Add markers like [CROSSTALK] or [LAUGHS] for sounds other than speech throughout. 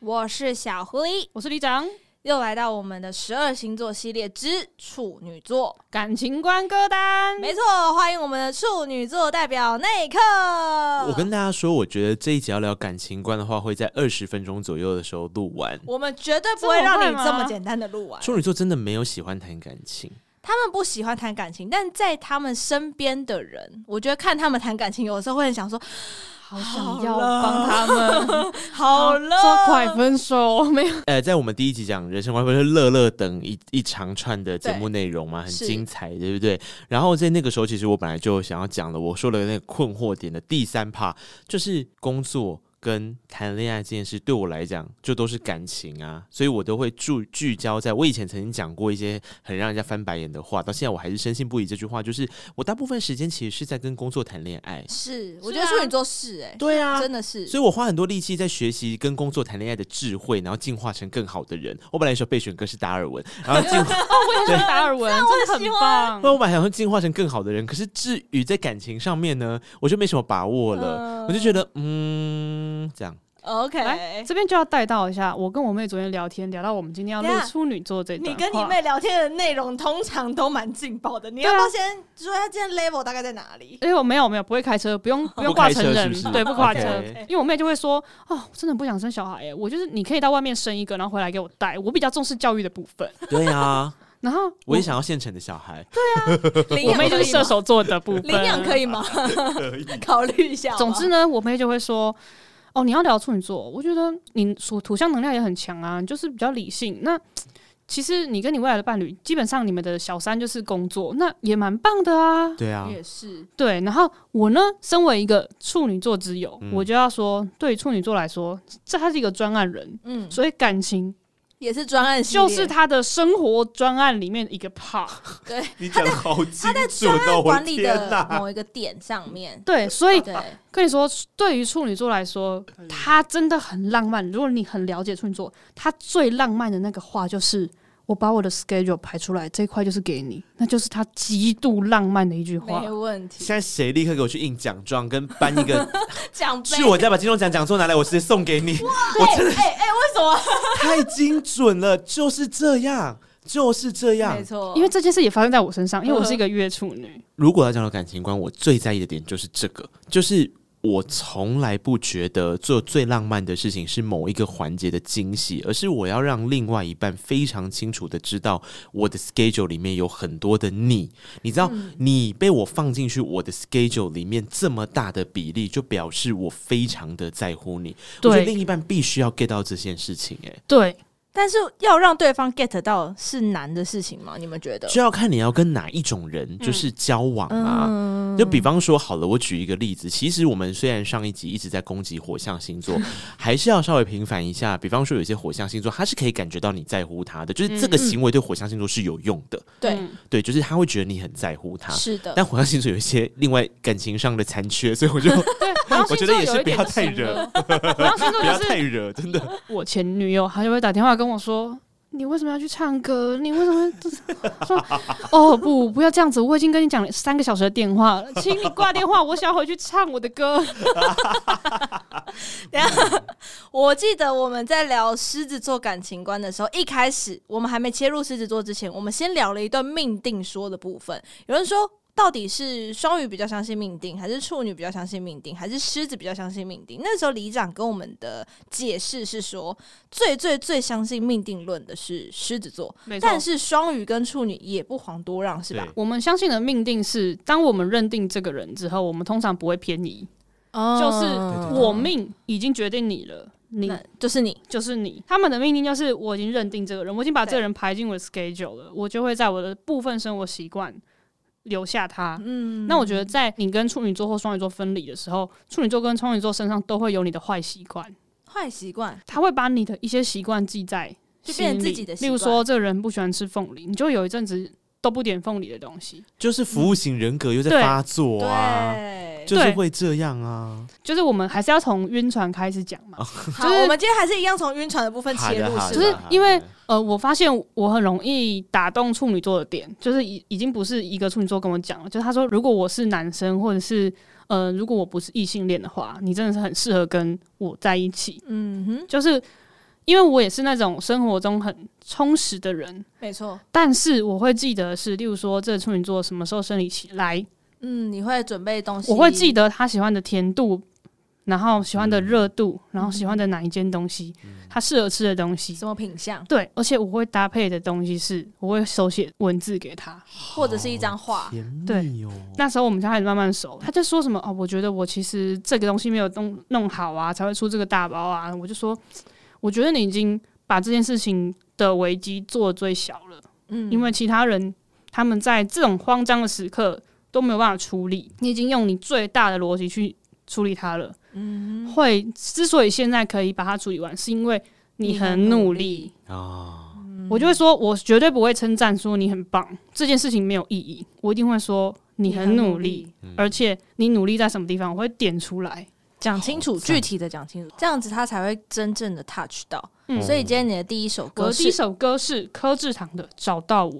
我是小辉，我是李长，又来到我们的十二星座系列之处女座。感情观歌单。没错，欢迎我们的处女座代表内克。我跟大家说，我觉得这一集要聊感情观的话，会在二十分钟左右的时候录完。我们绝对不会让这么快你吗这么简单的录完。处女座真的没有喜欢谈感情，他们不喜欢谈感情，但在他们身边的人，我觉得看他们谈感情，有的时候会很想说好想要帮他 [LAUGHS] 们，哦好了，说快分手，没有呃，在我们第一集讲人生观，不是乐乐等一一长串的节目内容嘛，很是精彩，对不对？然后在那个时候，其实我本来就想要讲了，我说了那个困惑点的第三 part，就是工作。跟谈恋爱这件事对我来讲，就都是感情啊，所以我都会聚聚焦在我以前曾经讲过一些很让人家翻白眼的话，到现在我还是深信不疑。这句话就是我大部分时间其实是在跟工作谈恋爱，是，我是觉得啊处女座是哎、对啊，真的是。所以我花很多力气在学习跟工作谈恋爱的智慧，然后进化成更好的人。我本来说备选歌是达尔文，然后进化， [LAUGHS] 我也是达尔文，真的很棒那。我本来想说进化成更好的人，可是至于在感情上面呢，我就没什么把握了。嗯我就觉得，嗯，这样 OK，这边就要带到一下，我跟我妹昨天聊天，聊到我们今天要等一录下处女座这一段你话跟你妹聊天的内容通常都蛮劲爆的，你对要啊不要先说一下今天 level 大概在哪里？哎、我没有没有，不会开车，不用不用不开挂车成人，是不是对，不挂车 OK 因为我妹就会说，哦，真的很不想生小孩耶，哎我就是你可以到外面生一个，然后回来给我带，我比较重视教育的部分，对啊，然后 [LAUGHS] 我也想要现成的小孩， [LAUGHS] 领我妹就是射手座的部分，领养可以吗？ [LAUGHS] 考虑一下好不好。总之呢，我妹就会说：“哦，你要聊处女座，我觉得你属土象能量也很强啊，你就是比较理性。那其实你跟你未来的伴侣，基本上你们的小三就是工作，那也蛮棒的啊。对啊，也是，对，然后我呢，身为一个处女座之友，嗯我就要说，对于处女座来说，这他是一个专案人，嗯，所以感情也是专案系列，就是他的生活专案里面一个 part。对你讲的好清他在楚专案管理哦天的哪！某一个点上面。对，所以对，跟你说，对于处女座来说，他真的很浪漫。如果你很了解处女座，他最浪漫的那个话就是：“我把我的 schedule 排出来，这一块就是给你。”那就是他极度浪漫的一句话没。问题。现在谁立刻给我去印奖状，跟颁 [LAUGHS] 一个奖杯，去我家把金钟奖讲座拿来，我直接送给你。我真的哎哎，为什么？太精准了，就是这样， [LAUGHS] 就是这样没。错，因为这件事也发生在我身上，因为嗯我是一个月处女。如果要讲到感情观，我最在意的点就是这个，就是我从来不觉得做最浪漫的事情是某一个环节的惊喜，而是我要让另外一半非常清楚的知道我的 schedule 里面有很多的你。你知道，嗯你被我放进去我的 schedule 里面这么大的比例，就表示我非常的在乎你。我觉得对另一半必须要 get 到这件事情、欸，哎。对，但是要让对方 get 到是难的事情吗？你们觉得？就要看你要跟哪一种嗯人就是交往啊。就比方说好了，我举一个例子，其实我们虽然上一集一直在攻击火象星 [LAUGHS] 座，还是要稍微平反一下。比方说有些火象星座，他是可以感觉到你在乎他的，就是这个行为对火象星座是有用的，对嗯对，就是他会觉得你很在乎他。是的，但火象星座有一些另外感情上的残缺，所以我就 [LAUGHS] 对，然后我觉得也是不要太惹惹， [LAUGHS] 然后星座 [LAUGHS] 不就要是太惹，真的。我前女友，她就会打电话跟我说：“你为什么要去唱歌？你为什么要说哦不，不要这样子？我已经跟你讲了三个小时的电话了，请你挂电话，我想要回去唱我的歌。等一下，我记得我们在聊狮子座感情观的时候，一开始我们还没切入狮子座之前，我们先聊了一段命定说的部分。有人说，到底是双鱼比较相信命定，还是处女比较相信命定，还是狮子比较相信命定？那时候里长跟我们的解释是说，最最最相信命定论的是狮子座，”没但是双鱼跟处女也不遑多让，是吧对？我们相信的命定是，当我们认定这个人之后，我们通常不会偏移，就是对我命已经决定你了，嗯你那就是你，就是你。他们的命令就是我已经认定这个人，我已经把这个人排进我的 schedule 了，我就会在我的部分生活习惯留下他。嗯那我觉得，在你跟处女座或双鱼座分离的时候，处女座跟双鱼座身上都会有你的坏习惯，坏习惯他会把你的一些习惯记在就心里变成自己的习例惯如说，这个人不喜欢吃凤梨，你就有一阵子都不点凤梨的东西。就是服务型人格又在对发作啊，对，就是对会这样啊。就是我们还是要从晕船开始讲嘛。好，就是我们今天还是一样从晕船的部分好切的入，好的是就吗？是因为呃，我发现我很容易打动处女座的点，就是已已经不是一个处女座跟我讲了，就是他说如果我是男生，或者是呃，如果我不是异性恋的话，你真的是很适合跟我在一起。嗯哼，就是因为我也是那种生活中很充实的人，没错，但是我会记得是，例如说这处女座什么时候生理期来，嗯，你会准备东西，我会记得他喜欢的甜度，然后喜欢的热度，然后喜欢的哪一件东西，他适合吃的东西。什么品相，对，而且我会搭配的东西是，我会手写文字给他。或者是一张画，甜蜜对哦，那时候我们就开始慢慢熟，他就说什么哦，我觉得我其实这个东西没有弄弄好啊，才会出这个大包啊。我就说，我觉得你已经把这件事情的危机做得最小了，嗯，因为其他人他们在这种慌张的时刻都没有办法处理，你已经用你最大的逻辑去处理它了。嗯，会之所以现在可以把它处理完，是因为你很努力。啊，我就会说，我绝对不会称赞说你很棒，这件事情没有意义。我一定会说你很努力，，而且你努力在什么地方，我会点出来。讲清楚，具体的讲清楚，这样子他才会真正的 touch 到。嗯所以今天你的第一首我歌的第一是，首歌是柯志堂的《找到我》。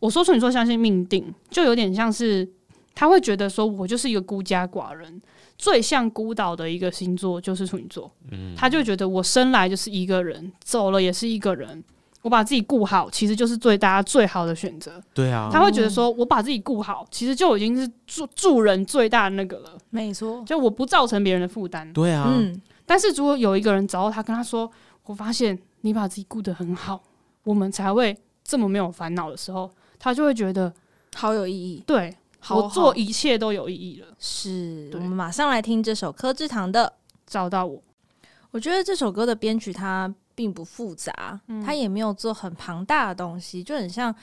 我说处女座相信命定，就有点像是他会觉得说，我就是一个孤家寡人，最像孤岛的一个星座就是处女座。他就觉得我生来就是一个人，走了也是一个人。我把自己顾好，其实就是对大家最好的选择。对啊，他会觉得说，我把自己顾好，其实就已经是助助人最大的那个了，没错，就我不造成别人的负担。对啊，嗯，但是如果有一个人找到他，跟他说：“我发现你把自己顾得很好，我们才会这么没有烦恼的时候，他就会觉得，好有意义。对好我做一切都有意义了。是我对们马上来听这首柯志堂的。找到我，我觉得这首歌的编曲它并不复杂，它也没有做很庞大的东西，就很像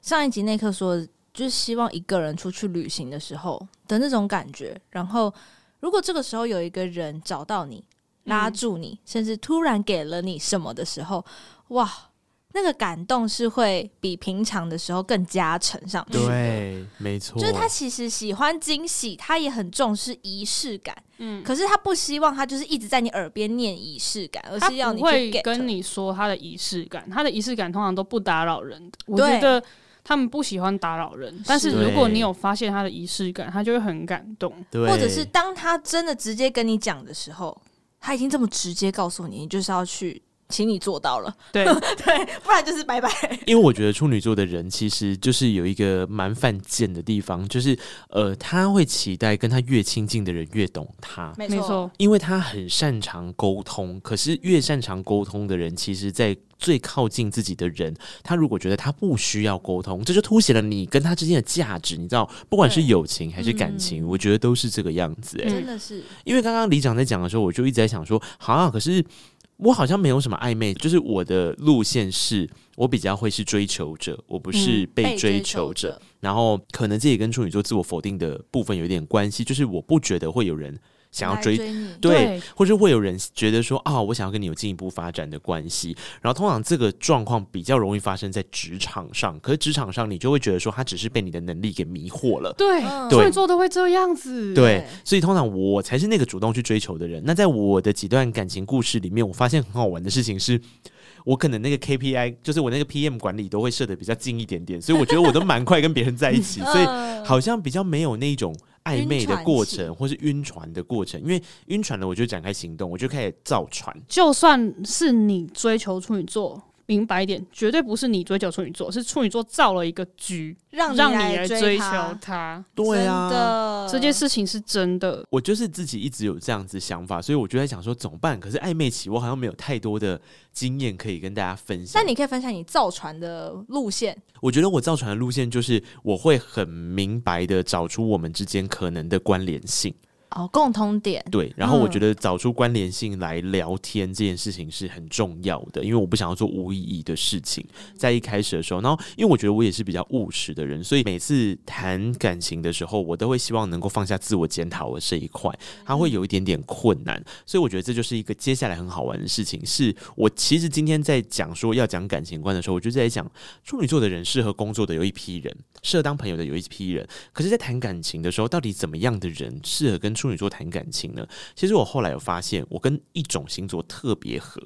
上一集那刻说的，就是希望一个人出去旅行的时候的那种感觉。然后，如果这个时候有一个人找到你，拉住你，甚至突然给了你什么的时候，哇，那个感动是会比平常的时候更加成上去的。对，没错，就是他其实喜欢惊喜，他也很重视仪式感。嗯，可是他不希望他就是一直在你耳边念仪式感，而他是要你不去会 get 跟你说他的仪式感，他的仪式感通常都不打扰人的。我对觉得他们不喜欢打扰人，但是是如果你有发现他的仪式感，他就会很感动。对，或者是当他真的直接跟你讲的时候，他已经这么直接告诉你，你就是要去，请你做到了， [LAUGHS] 对，对，不然就是拜拜。因为我觉得处女座的人其实就是有一个蛮犯贱的地方，就是呃，他会期待跟他越亲近的人越懂他，没没错，因为他很擅长沟通。可是越擅长沟通的人，其实在最靠近自己的人，他如果觉得他不需要沟通，这就凸显了你跟他之间的价值。你知道，不管是对嗯友情还是感情，我觉得都是这个样子、欸。嗯真的是因为刚刚李长在讲的时候，我就一直在想说，好、啊，可是我好像没有什么暧昧，就是我的路线是我比较会是追求者，我不是嗯被追求者。者，然后可能这也跟处女座自我否定的部分有一点关系，就是我不觉得会有人想要来追。你，对，或是会有人觉得说啊，我想要跟你有进一步发展的关系，然后通常这个状况比较容易发生在职场上。可是职场上，你就会觉得说他只是被你的能力给迷惑了，对，嗯处女座都会这样子。对对，所以通常我才是那个主动去追求的人。那在我的几段感情故事里面，我发现很好玩的事情是，我可能那个 KPI 就是我那个 PM 管理都会设的比较近一点点，所以我觉得我都蛮快跟别人在一起，所以 [LAUGHS] 嗯好像比较没有那种。暧昧的过程，或是晕船的过程，因为晕船了，我就展开行动，我就开始造船。就算是你追求处女座，明白一点，绝对不是你追求处女座，是处女座造了一个局，让让你你来追追求他他。呃对啊，真的这件事情是真的，我就是自己一直有这样子想法，所以我就在想说怎么办。可是暧昧期，我好像没有太多的经验可以跟大家分享那。你可以分享你造船的路线，我觉得我造船的路线就是我会很明白的找出我们之间可能的关联性，哦，共通点，对，然后嗯我觉得找出关联性来聊天这件事情是很重要的，因为我不想要做无意义的事情，在一开始的时候，然后因为我觉得我也是比较务实的人，所以每次谈感情的时候，我都会希望能够放下自我检讨的这一块，它会有一点点困难，所以我觉得这就是一个接下来很好玩的事情。是我其实今天在讲说要讲感情观的时候，我就在讲处女座的人适合工作的有一批人，适合当朋友的有一批人，可是，在谈感情的时候，到底怎么样的人适合跟处女座谈感情呢？其实我后来有发现，我跟一种星座特别合，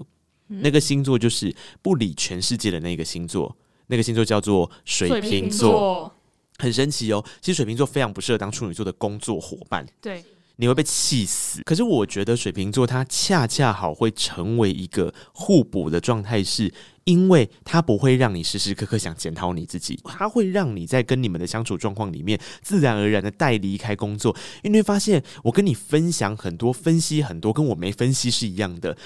嗯那个星座就是不理全世界的那个星座，那个星座叫做水瓶瓶座座，很神奇哦。其实水瓶座非常不适合当处女座的工作伙伴，对，你会被气死。可是我觉得水瓶座它恰恰好会成为一个互补的状态，是因为它不会让你时时刻刻想检讨你自己，它会让你在跟你们的相处状况里面，自然而然的带离开工作，因为你会发现我跟你分享很多、分析很多，跟我没分析是一样 [LAUGHS] 的。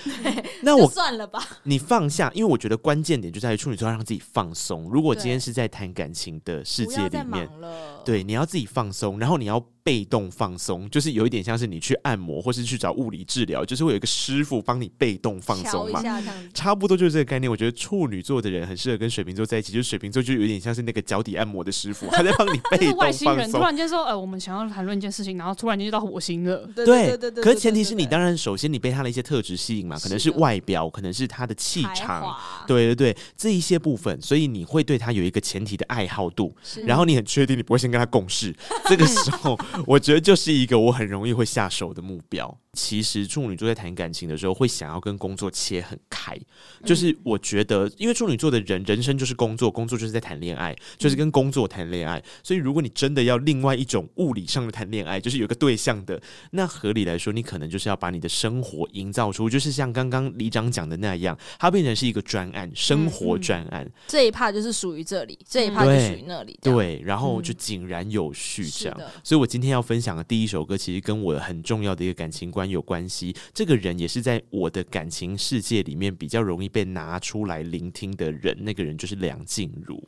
那就我算了吧。你放下，因为我觉得关键点就在于处女座要让自己放松。如果对今天是在谈感情的世不界要再里面，忙了。，对，你要自己放松，然后你要被动放松，就是有一点像是你去按摩或是去找物理治疗，就是会有一个师傅帮你被动放瞧松一嘛。下这样子。差不多就是这个概念。我觉得处女座的人很适合跟水瓶座在一起，就是水瓶座就有点像是那个脚底按摩的师傅，他在 [LAUGHS] 帮哎就你被是动外星放人突松。然间说，呃，我们想要谈论一件事情，然后突然间就到火星了。对可是前提是你对当然首先你被他的一些特质吸引嘛，可能是是的外表，可能是他的气才场，华对对对，这一些部分，所以你会对他有一个前提的爱好度，是然后你很确定你不会先跟他共事。这个嗯时候，我觉得就是一个我很容易会下手的目标。其实处女座在谈感情的时候，会想要跟工作切很开，嗯就是我觉得，因为处女座的人人生就是工作，工作就是在谈恋爱，就是嗯跟工作谈恋爱。所以如果你真的要另外一种物理上的谈恋爱，就是有一个对象的，那合理来说，你可能就是要把你的生活营造出，就是像刚刚李长讲的那样，它变成是一个专案，生嗯活专案，这一趴就是属于这里，这一趴就对属于那里，这样，对，然后就井然有序这嗯是样。的，所以我今天要分享的第一首歌，其实跟我很重要的一个感情观有关系。这个人也是在我的感情世界里面比较容易被拿出来聆听的人，那个人就是梁静茹。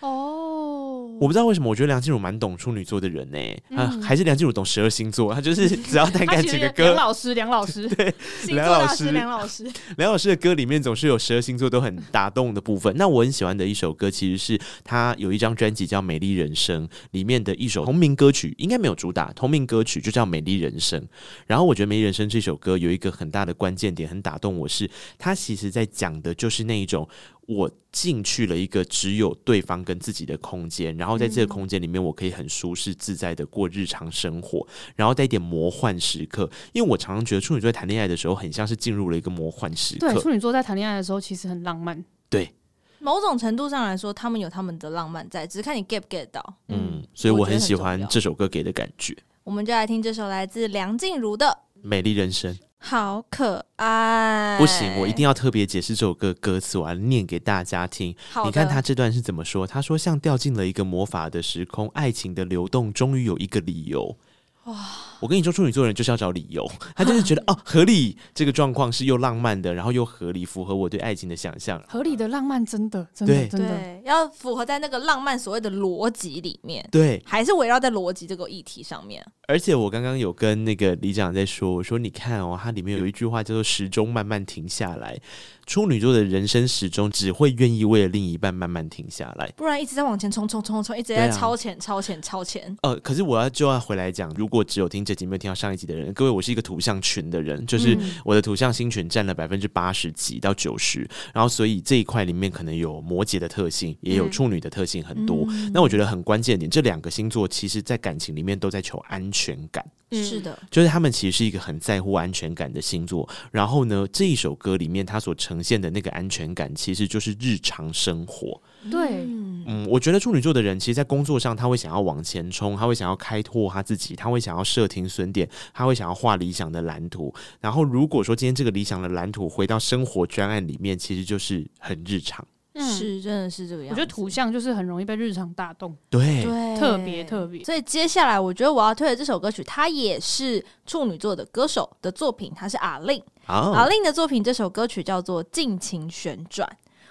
哦，我不知道为什么，我觉得梁静茹蛮懂处女座的人呢、啊，嗯还是梁静茹懂十二星座，她就是只要谈他感其情实的梁 [LAUGHS] 歌，老师，梁老师，星座梁老大师师梁老师，梁老师的歌里面总是有十二星座都很打动的部分。那我很喜欢的一首歌，其实是他有一张专辑叫《美丽人生》里面的一首同名歌曲，应该没有主打，同名歌曲就叫《美丽人生》。然后我觉得《美丽人生》这首歌有一个很大的关键点，很打动我是，它其实在讲的就是那一种。我进去了一个只有对方跟自己的空间，然后在这个空间里面，我可以很舒适自在的过日常生活，然后带一点魔幻时刻。因为我常常觉得处女座在谈恋爱的时候，很像是进入了一个魔幻时刻对，。处女座在谈恋爱的时候其实很浪漫，对，某种程度上来说，他们有他们的浪漫在，只是看你 get 不 get 到。嗯，所以我我觉得很很喜重欢要这首歌给的感觉，《我们就来听这首来自梁静茹的《美丽人生》。好可爱》。不行，我一哎定要特别解释这首歌歌词，我要念给大家听。好的。你看他这段是怎么说？他说像掉进了一个魔法的时空，爱情的流动终于有一个理由。哇！我跟你说，处女座人就是要找理由，他就是 [LAUGHS] 觉得哦，合理这个状况是又浪漫的，然后又合理，符合我对爱情的想象。合理的浪漫真的真的对真的，对，要符合在那个浪漫所谓的逻辑里面，对，还是围绕在逻辑这个议题上面。而且我刚刚有跟那个李长在说，我说你看哦，它里面有一句话叫做“时钟慢慢停下来”，处女座的人生始终只会愿意为了另一半慢慢停下来。不然一直在往前冲冲冲冲，一直对在啊超前、超前超前。呃，可是我要就要回来讲，如果只有听这集没有听到上一集的人，各位，我是一个图像群的人，就是嗯我的图像新群占了百分之八十几到九十，然后所以这一块里面可能有摩羯的特性，也有处女的特性很多。嗯那我觉得很关键的点，这两个星座其实在感情里面都在求安全感。嗯是的，就是他们其实是一个很在乎安全感的星座。然后呢，这一首歌里面它所呈现的那个安全感，其实就是日常生活。对嗯，嗯，我觉得处女座的人，其实，在工作上他会想要往前冲，他会想要开拓他自己，他会想要设停损点，他会想要画理想的蓝图。然后，如果说今天这个理想的蓝图回到生活专案里面，其实就是很日常。嗯，是真的是这个样我子。觉得图像就是很容易被日常打动，对，对特别特别所以接下来，我觉得我要推的这首歌曲，它也是处女座的歌手的作品，它是阿令。阿啊，令的作品，这首歌曲叫做《尽情旋转》。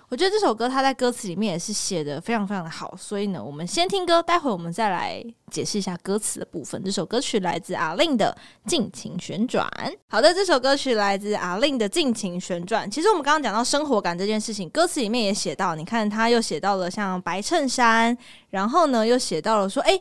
我觉得这首歌它在歌词里面也是写的非常非常的好，所以呢，我们先听歌，待会我们再来解释一下歌词的部分。这首歌曲来自阿令的《尽情旋转》。好的，这首歌曲来自阿令的《尽情旋转》。其实我们刚刚讲到生活感这件事情，歌词里面也写到，你看他又写到了像白衬衫，然后呢又写到了说，哎、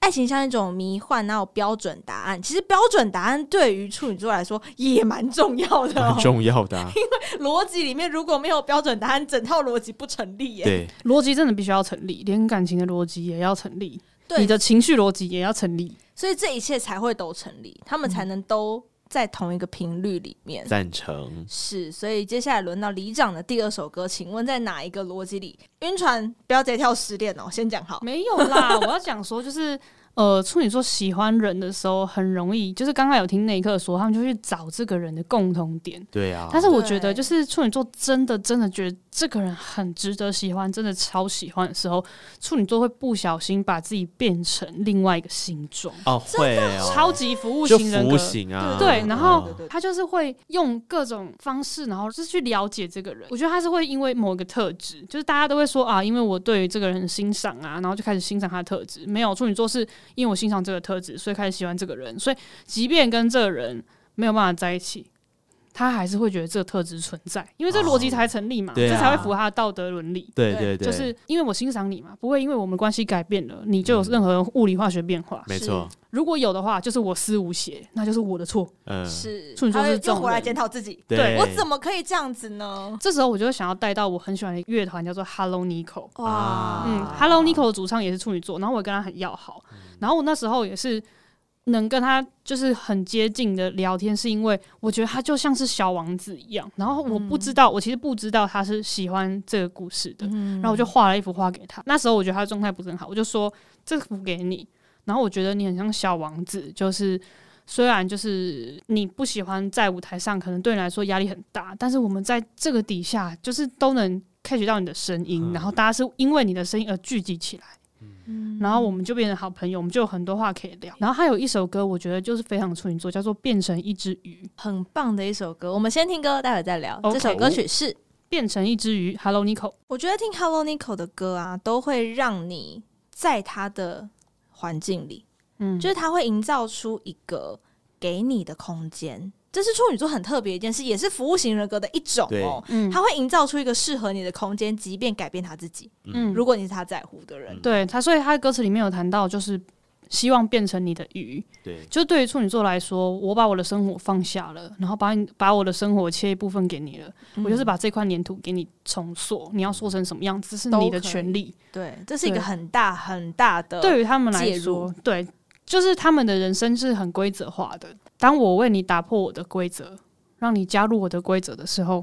爱情像一种迷幻，哪有标准答案？其实标准答案对于处女座来说也蛮重要的、很哦。重要 [LAUGHS] 的、啊，逻辑里面如果没有标准答案，整套逻辑不成立耶。对。逻辑真的必须要成立，连感情的逻辑也要成立，对你的情绪逻辑也要成立。所以这一切才会都成立，他们才能都在同一个频率里面。赞成，是，所以接下来轮到里长的第二首歌，请问在哪一个逻辑里？晕船不要直接跳失恋哦，先讲好。没有啦，我要讲说就是。 [LAUGHS] 呃，处女座喜欢人的时候，很容易就是刚刚有听那一刻说，他们就去找这个人的共同点。对啊，但是我觉对得，就是处女座真的真的觉得这个人很值得喜欢，真的超喜欢的时候，处女座会不小心把自己变成另外一个形状，哦会哦，超级服务就型人服格务。型啊，对，然后嗯他就是会用各种方式，然后就是去了解这个人。我觉得他是会因为某一个特质，就是大家都会说啊，因为我对于这个人很欣赏啊，然后就开始欣赏他的特质。没有处女座是因为我欣赏这个特质，所以开始喜欢这个人。所以即便跟这个人没有办法在一起，他还是会觉得这个特质存在，因为这逻辑才成立嘛，哦对这啊才会符合他的道德伦理。对对对，就是因为我欣赏你嘛，不会因为我们关系改变了，你就有任何物理化学变化。没错，如果有的话，就是我思无邪，那就是我的错。嗯，是处女座他会是这又种回来人检讨自己，对我怎么可以这样子呢？这时候我就会想要带到我很喜欢的乐团，叫做 Hello Nico。哇，嗯，Hello Nico 的主唱也是处女座，然后我也跟他很要好，然后我那时候也是能跟他就是很接近的聊天，是因为我觉得他就像是小王子一样，然后我不知道，我其实不知道他是喜欢这个故事的，嗯然后我就画了一幅画给他。那时候我觉得他的状态不是很好，我就说这幅给你，然后我觉得你很像小王子，就是。虽然就是你不喜欢在舞台上，可能对你来说压力很大，但是我们在这个底下，就是都能 catch 到你的声音，嗯然后大家是因为你的声音而聚集起来，然后我们就变成好朋友，我们就有很多话可以聊。然后还有一首歌，我觉得就是非常处女座，叫做《变成一只鱼》。很棒的一首歌，我们先听歌，待会再聊。 OK 这首歌曲是，变成一只鱼，Hello Nico，我觉得听 Hello Nico 的歌啊，都会让你在他的环境里，嗯，就是他会营造出一个给你的空间。这是处女座很特别的一件事，也是服务型人格的一种哦。嗯他会营造出一个适合你的空间，即便改变他自己。嗯，如果你是他在乎的人，对他，所以他的歌词里面有谈到，就是希望变成你的鱼。对，就对于处女座来说，我把我的生活放下了，然后把你把我的生活切一部分给你了，嗯我就是把这块粘土给你重塑，你要塑成什么样子是都你的可以权利。对，这是一个对很大很大的对于他们来介入说，对，就是他们的人生是很规则化的。当我为你打破我的规则，让你加入我的规则的时候，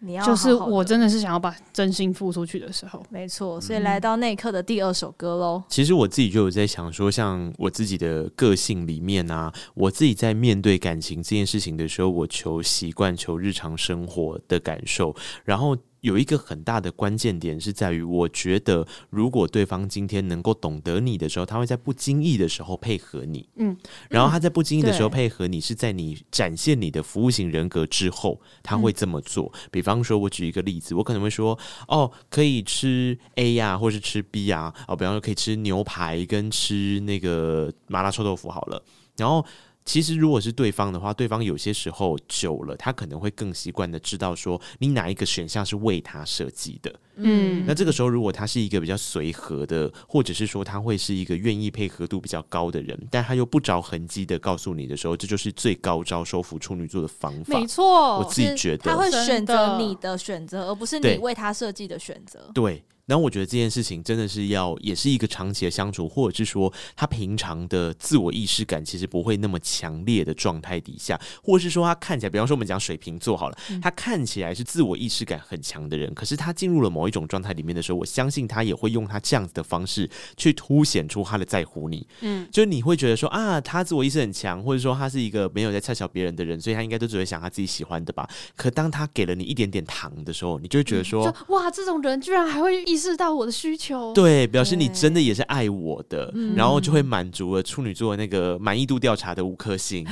你要就是好好地我真的是想要把真心付出去的时候。没错，所以来到那一刻的第二首歌喽。其实我自己就有在想说，像我自己的个性里面啊，我自己在面对感情这件事情的时候，我求习惯、求日常生活的感受，然后。有一个很大的关键点是在于，我觉得如果对方今天能够懂得你的时候，他会在不经意的时候配合你，嗯嗯，然后他在不经意的时候对配合你，是在你展现你的服务型人格之后，他会这么做。比方说，我举一个例子，我可能会说，哦，可以吃 A 呀、或是吃 B 呀、哦，比方说可以吃牛排跟吃那个麻辣臭豆腐好了。然后其实如果是对方的话，对方有些时候久了，他可能会更习惯的知道说你哪一个选项是为他设计的。嗯那这个时候，如果他是一个比较随和的，或者是说他会是一个愿意配合度比较高的人，但他又不着痕迹的告诉你的时候，这就是最高招收服处女座的方法没。错，我自己觉哦他得，会真的选择你的选择，而不是你对为他设计的选择。对。然后我觉得这件事情真的是要，也是一个长期的相处，或者是说他平常的自我意识感其实不会那么强烈的状态底下，或者是说他看起来，比方说我们讲水瓶座好了，他看起来是自我意识感很强的人，可是他进入了某一种状态里面的时候，我相信他也会用他这样子的方式去凸显出他的在乎你。嗯，就是你会觉得说啊，他自我意识很强，或者说他是一个没有在恰巧别人的人，所以他应该都只会想他自己喜欢的吧。可当他给了你一点点糖的时候，你就会觉得说，就哇，这种人居然还会意识到我的需求，对，表示你对真的也是爱我的，然后就会满足了处女座那个满意度调查的五颗星，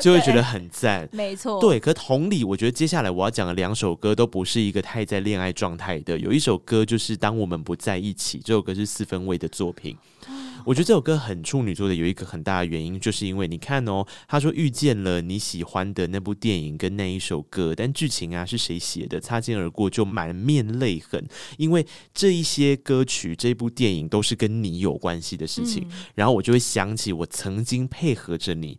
就会觉得很赞。没错，，对，可同理，我觉得接下来我要讲的两首歌都不是一个太在恋爱状态的。有一首歌就是《当我们不在一起》，这首歌是四分卫的作品。我觉得这首歌很处女座的，有一个很大的原因，就是因为你看哦，他说遇见了你喜欢的那部电影跟那一首歌，但剧情啊是谁写的，擦肩而过就满面泪痕，因为这一些歌曲、这部电影都是跟你有关系的事情，然后我就会想起我曾经配合着你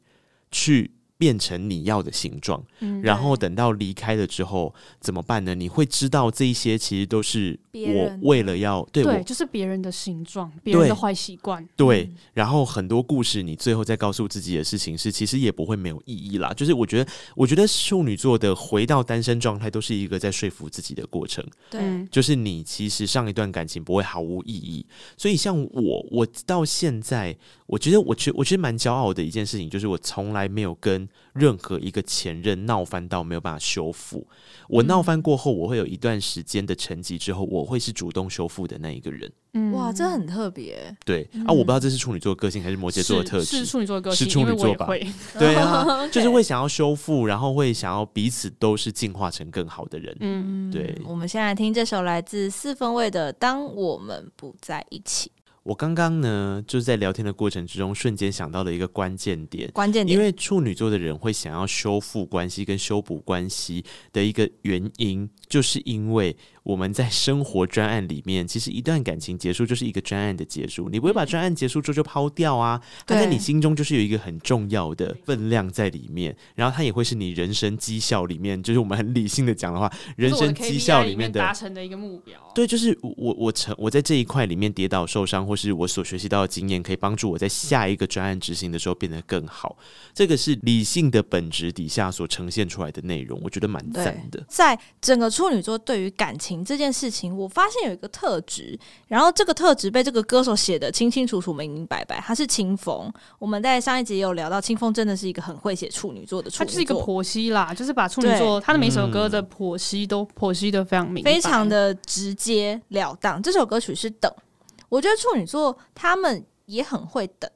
去变成你要的形状，然后等到离开了之后怎么办呢？你会知道这一些其实都是别人我为了要对对，我就是别人的形状，别人的坏习惯，对，嗯然后很多故事，你最后再告诉自己的事情是，其实也不会没有意义啦。就是我觉得，我觉得处女座的回到单身状态，都是一个在说服自己的过程。对，嗯就是你其实上一段感情不会毫无意义，所以像我，我到现在，我觉得我觉我觉得蛮骄傲的一件事情，就是我从来没有跟任何一个前任闹翻到没有办法修复。我闹翻过后，我会有一段时间的沉寂，之后我会是主动修复的那一个人。嗯哇，这很特别。对啊，我不知道这是处女座的个性还是摩羯座的特是质是。处女座的个是性，处因为女我座也吧 [LAUGHS] 会，对啊，就是 OK 会想要修复，然后会想要彼此都是进化成更好的人。嗯，对我们先来听这首来自四分卫的《当我们不在一起》，我刚刚呢，就是在聊天的过程之中，瞬间想到了一个关键点。关键因点为处女座的人会想要修复关系跟修补关系的一个原因，就是因为我们在生活专案里面，其实一段感情结束就是一个专案的结束，你不会把专案结束之后就抛掉啊，它在对你心中就是有一个很重要的分量在里面，然后它也会是你人生绩效里面，就是我们很理性的讲的话，人这是我生的 KPI 绩效里面的达成的一个目标，对，就是我我我成我在这一块里面跌倒受伤，或是我所学习到的经验，可以帮助我在下一个专案执行的时候变得更好。这个是理性的本质底下所呈现出来的内容，我觉得蛮赞的。在整个处女座对于感情这件事情，我发现有一个特质，然后这个特质被这个歌手写的清清楚楚、明明白白，他是清风。我们在上一集也有聊到，清风真的是一个很会写处女座的处它女就是一个座，剖析啦，就是把处女座他的每嗯首歌的剖析都剖析的非常明白，非常的直截了当。这首歌曲是《等》，我觉得处女座他们也很会等，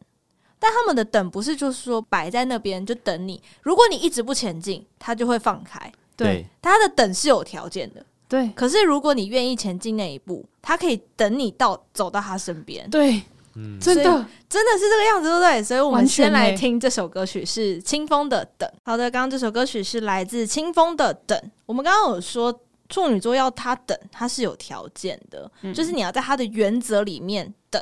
但他们的等不是就是说摆在那边就等你，如果你一直不前进，他就会放开。对他的等是有条件的，对可是如果你愿意前进那一步，他可以等你到走到他身边，对，嗯真所哦的真的是这个样子，对不对？所以我们完全先来欸听这首歌曲是清风的《等》。好的，刚刚这首歌曲是来自清风的《等》。我们刚刚有说处女座要他等，他是有条件的，就是你要在他的原则里面等。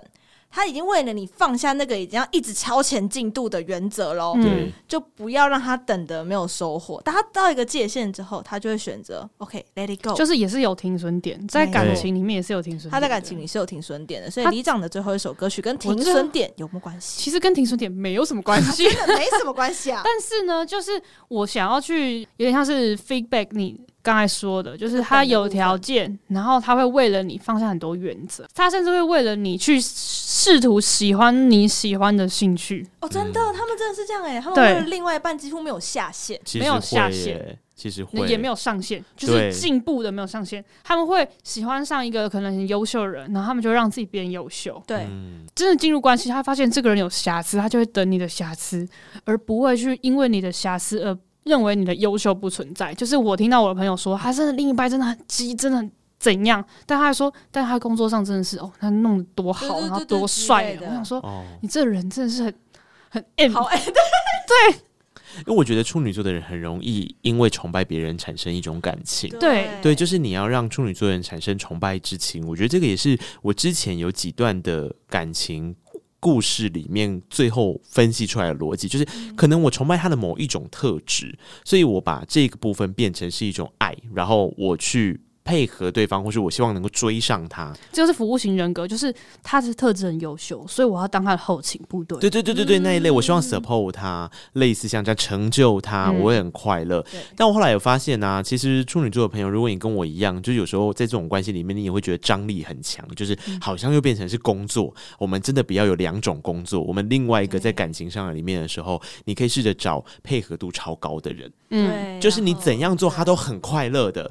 他已经为了你放下那个已经要一直超前进度的原则喽，嗯对，就不要让他等的没有收获。但他到一个界限之后，他就会选择 OK，let、it go，就是也是有停损点，在没感错情里面也是有停损点的，他在感情里是有停损点的，所以他李长的最后一首歌曲跟我停知道损点有没有关系？其实跟停损点没有什么关 [LAUGHS] 系，真的没什么关系啊。 [LAUGHS] 但是呢，就是我想要去，有点像是 feedback 你刚才说的，就是他有条件，然后他会为了你放下很多原则，他甚至会为了你去试图喜欢你喜欢的兴趣。哦，真嗯的，他们真的是这样哎、他们对为了另外一半几乎没有下限。其没实有会下耶限其实会也没有上限，就对是进步的没有上限。他们会喜欢上一个可能很优秀的人，然后他们就让自己变优秀。对，嗯，真的进入关系，他发现这个人有瑕疵，他就会等你的瑕疵，而不会去因为你的瑕疵而认为你的优秀不存在。就是我听到我的朋友说，他真的另一半真的很鸡，真的很怎样，但他还说，但他工作上真的是哦，他弄得多好，对对对然后对多之帅类哦。的我想说，哦，你这人真的是很 [LAUGHS] 很嗯 M，好哎、因为我觉得处女座的人很容易因为崇拜别人产生一种感情。 [LAUGHS] 对对，就是你要让处女座人产生崇拜之情。我觉得这个也是我之前有几段的感情故事里面最后分析出来的逻辑，就是可能我崇拜他的某一种特质，所以我把这个部分变成是一种爱，然后我去。配合对方，或是我希望能够追上他。这就是服务型人格，就是他的特质很优秀，所以我要当他的后勤部队。对对对对对，那一类，我希望 support 他，类似像这样成就他，嗯我会很快乐。对但我后来有发现啊，其实处女座的朋友，如果你跟我一样，就有时候在这种关系里面，你也会觉得张力很强，就是好像又变成是工作。我们真的不要有两种工作，我们另外一个在感情上里面的时候，你可以试着找配合度超高的人，嗯，哎就是你怎样做他都很快乐的，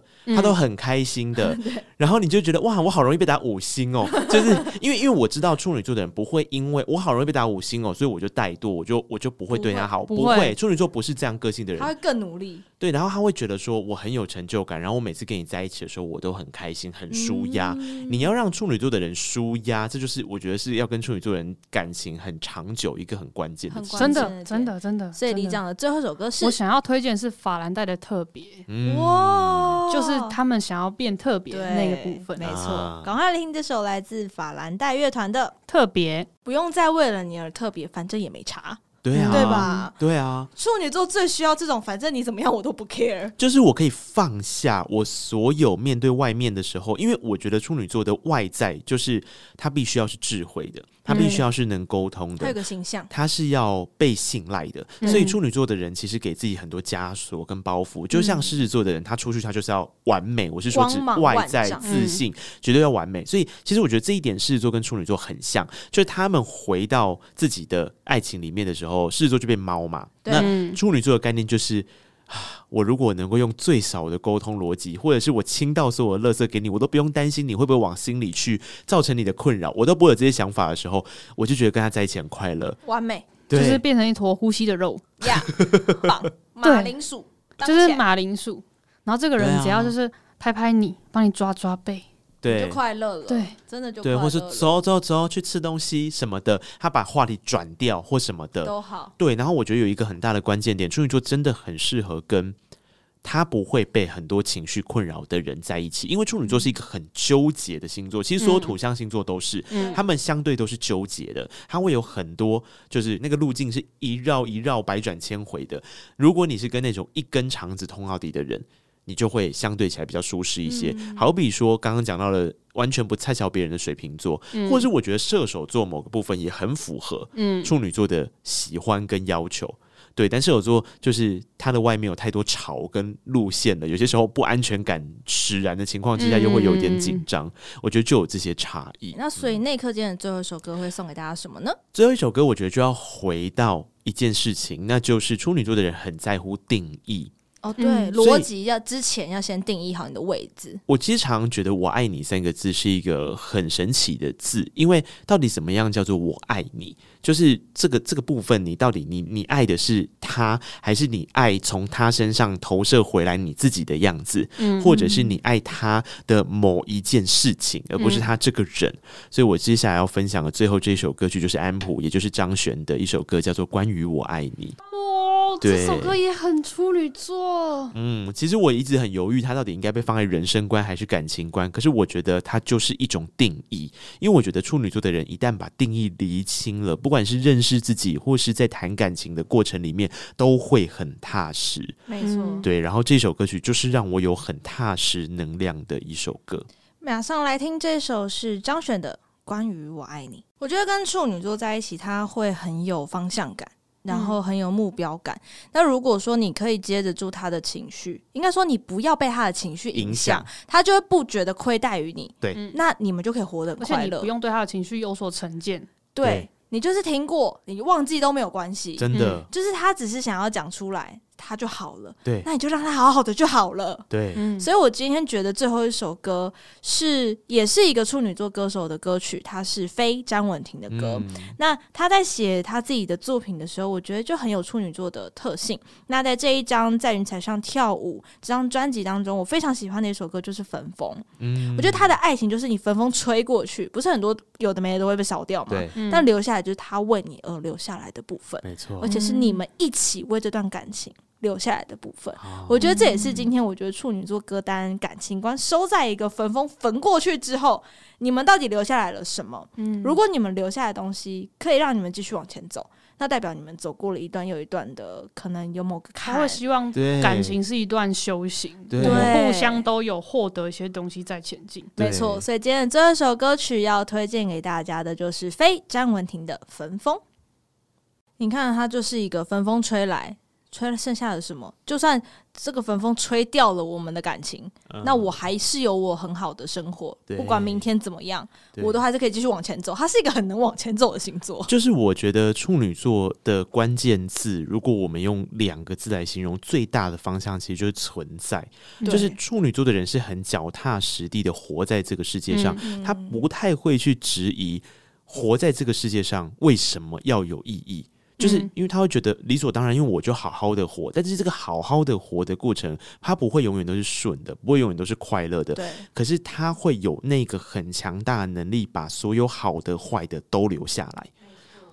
嗯他都很开心的，然后你就觉得哇，我好容易被打五星哦， [LAUGHS] 就是因为因为我知道处女座的人不会因为我好容易被打五星哦，所以我就怠惰，我就我就不会对他好，不不会会不会处女座不是这样个性的人他，会更努力。对，然后他会觉得说我很有成就感，然后我每次跟你在一起的时候，我都很开心，很舒压。嗯你要让处女座的人舒压，这就是我觉得是要跟处女座人感情很长久一个很关键的很事。关真键的点真的真的。所以真李的长的最后一首歌是我想要推荐是法兰黛的特别，嗯啊哇，嗯就是他们想要变特别的那个部分，没错啊。赶快来听这首来自法兰黛乐团的《特别不用再为了你而特别》，反正也没差。对啊，对？吧？嗯对啊，处女座最需要这种，反正你怎么样我都不 care。就是我可以放下我所有面对外面的时候，因为我觉得处女座的外在就是他必须要是智慧的，他必须要是能沟通他的有。个形象，他是要被信赖的，嗯所以处女座的人其实给自己很多枷锁跟包袱，就像狮子座的人，他出去他就是要完美，我是说指光芒外万嗯在丈自信、绝对要完美。所以其实我觉得这一点狮子座跟处女座很像，就是他们回到自己的爱情里面的时候，狮子座就变猫嘛，对那嗯，处女座的概念就是。 [SIGHS] 啊我如果能够用最少的沟通逻辑，或者是我倾倒所有的垃圾给你，我都不用担心你会不会往心里去，造成你的困扰，我都不会有这些想法的时候，我就觉得跟他在一起很快乐。完美对，就是变成一坨呼吸的肉，呀棒，马铃薯，当就是起来马铃薯。然后这个对人啊只要就是拍拍你，帮你抓抓背，对就快乐了，对，真的就快对，乐或是了走走走去吃东西什么的，他把话题转掉或什么的，都好，对。然后我觉得有一个很大的关键点，处女座真的很适合跟他不会被很多情绪困扰的人在一起，因为处女座是一个很纠结的星座，其实所有土象星座都是，嗯他们相对都是纠结的，他会有很多就是那个路径是一绕一绕百转千回的。如果你是跟那种一根肠子通到底的人，你就会相对起来比较舒适一些。嗯好比说刚刚讲到了完全不恰巧别人的水瓶座，或者是我觉得射手座某个部分也很符合嗯，处女座的喜欢跟要求。对，但射手座就是它的外面有太多潮跟路线了，有些时候不安全感使然的情况嗯之下，又会有点紧张。我觉得就有这些差异。那所以那刻间的最后一首歌会送给大家什么呢？最后一首歌，我觉得就要回到一件事情，那就是处女座的人很在乎定义。哦，对，嗯逻辑要之前要先定义好你的位置，我其实常觉得“我爱你”三个字是一个很神奇的字，因为到底怎么样叫做“我爱你”？就是这个这个部分，你到底你你爱的是他，还是你爱从他身上投射回来你自己的样子，或者是你爱他的某一件事情，而不是他这个人？所以我接下来要分享的最后这一首歌曲就是安普，也就是张悬的一首歌，叫做《关于我爱你》。哇，这对首歌也很处女座，嗯，其实我一直很犹豫，它到底应该被放在人生观还是感情观。可是我觉得它就是一种定义，因为我觉得处女座的人一旦把定义厘清了，不管是认识自己，或是在谈感情的过程里面，都会很踏实。没错对，然后这首歌曲就是让我有很踏实能量的一首歌。马上来听这首是张悬的《关于我爱你》。我觉得跟处女座在一起，他会很有方向感，然后很有目标感。那如果说你可以接得住他的情绪，应该说你不要被他的情绪影影响响，他就会不觉得亏待于你。对嗯那你们就可以活得很而且快你乐不。用对他的情绪有所成见，对对你就是听过，你忘记都没有关系。真的，就是他只是想要讲出来，他就好了。对那你就让他好好的就好了。对，嗯，所以我今天觉得最后一首歌是也是一个处女座歌手的歌曲，它是非张婉婷的歌。嗯那她在写她自己的作品的时候，我觉得就很有处女座的特性。那在这一张在云彩上跳舞这张专辑当中，我非常喜欢的一首歌就是《焚风》。嗯我觉得她的爱情就是你焚风吹过去，不是很多有的没的都会被烧掉嘛，对，但留下来就是他为你而留下来的部分。没错而。且是你们一起为这段感情留下来的部分。我觉得这也是今天我觉得处女座歌单感情观收在一个焚风焚过去之后，你们到底留下来了什么？嗯如果你们留下来的东西可以让你们继续往前走，那代表你们走过了一段又一段的，可能有某个他坎会。希望对感情是一段修行，对我们对互相都有获得一些东西在前进。没错，所以今天的最后一首歌曲要推荐给大家的就是非詹雯婷的《焚风》。你看，它就是一个焚风吹来，吹了剩下的什么？就算这个焚风吹掉了我们的感情，嗯那我还是有我很好的生活，对不管明天怎么样，对我都还是可以继续往前走。它是一个很能往前走的星座，就是我觉得处女座的关键字，如果我们用两个字来形容，最大的方向其实就是存在。对就是处女座的人是很脚踏实地的活在这个世界上，嗯他不太会去质疑活在这个世界上为什么要有意义。就是因为他会觉得理所当然，因为我就好好的活，但是这个好好的活的过程，他不会永远都是顺的，不会永远都是快乐的，对，可是他会有那个很强大的能力，把所有好的、坏的都留下来。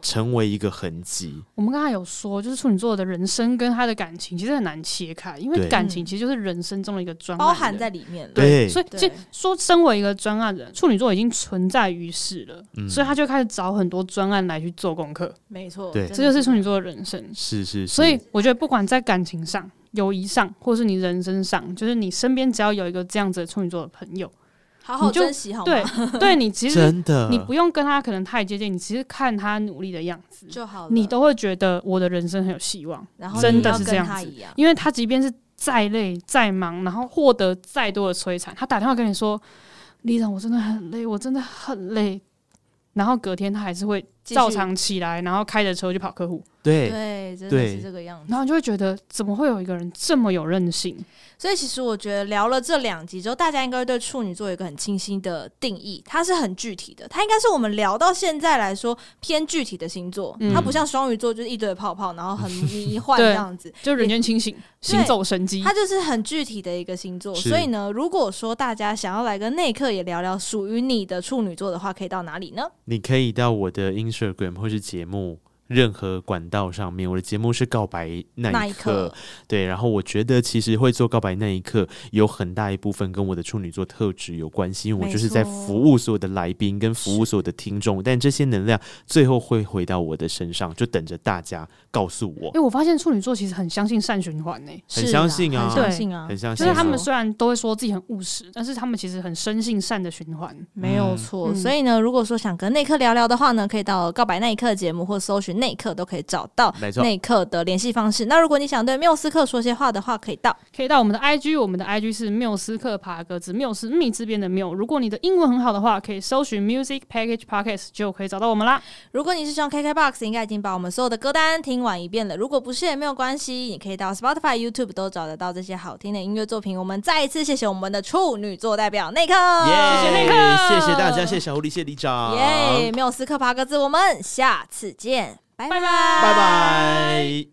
成为一个痕迹。我们刚才有说，就是处女座的人生跟他的感情其实很难切开，因为对感情其实就是人生中的一个专案包含人在里面了。对所以对其实说身为一个专案人，处女座已经存在于世了，嗯所以他就开始找很多专案来去做功课，没错，对真这的就是处女座的人生。是是是，所以我觉得，不管在感情上、友谊上，或是你人生上，就是你身边只要有一个这样子的处女座的朋友，好好你就珍惜好啊吗？[LAUGHS] 对，对你其实真的，你不用跟他可能太接近，你其实看他努力的样子，就好了。你都会觉得我的人生很有希望。然后真的你要是这跟样他子一样，因为他即便是再累、再忙，然后获得再多的摧残，他打电话跟你说：“李长，我真的很累，我真的很累。”然后隔天他还是会继续照常起来，然后开着车去跑客户，对对，真的对是这个样子然。后你就会觉得怎么会有一个人这么有韧性？所以其实我觉得聊了这两集之后，大家应该会对处女座有一个很清晰的定义，它是很具体的，它应该是我们聊到现在来说偏具体的星座，嗯它不像双鱼座就是一堆泡泡，然后很 [LAUGHS] 迷幻对这样子，就人间清醒，行走神机它。就是很具体的一个星座。是所以呢，如果说大家想要来跟内克也聊聊属于你的处女座的话，可以到哪里呢？你可以到我的 Instagram 或是节目任何管道上面。我的节目是告白那那一一刻，刻对。然后我觉得其实会做告白那一刻，有很大一部分跟我的处女座特质有关系，因为我没就是在错服务所有的来宾跟服务所有的听众，但这些能量最后会回到我的身上，就等着大家告诉我因。为我发现处女座其实很相信善循环呢、欸很是相啦信啊很相信啊，很相就信是啊，他们虽然都会说自己很务实，但是他们其实很深信善的循环。没有错，嗯所以呢，如果说想跟内克聊聊的话呢，可以到告白那一刻节目或搜寻内克都可以找到没错，内克的联系方式。那如果你想对缪斯克说些话的话，可以到可以到我们的 IG，我们的 IG 是缪斯克爬格子，缪是密字边的缪。如果你的英文很好的话，可以搜寻 Music Package Podcast 就可以找到我们啦。如果你是用 KKBOX，应该已经把我们所有的歌单听完一遍了。如果不是也没有关系，你可以到 Spotify、YouTube 都找得到这些好听的音乐作品。我们再一次谢谢我们的处女座代表内克，耶，谢那个谢谢大家，谢谢小狐狸，谢谢李长，耶，缪斯克爬格子，我们下次见，拜拜拜拜拜。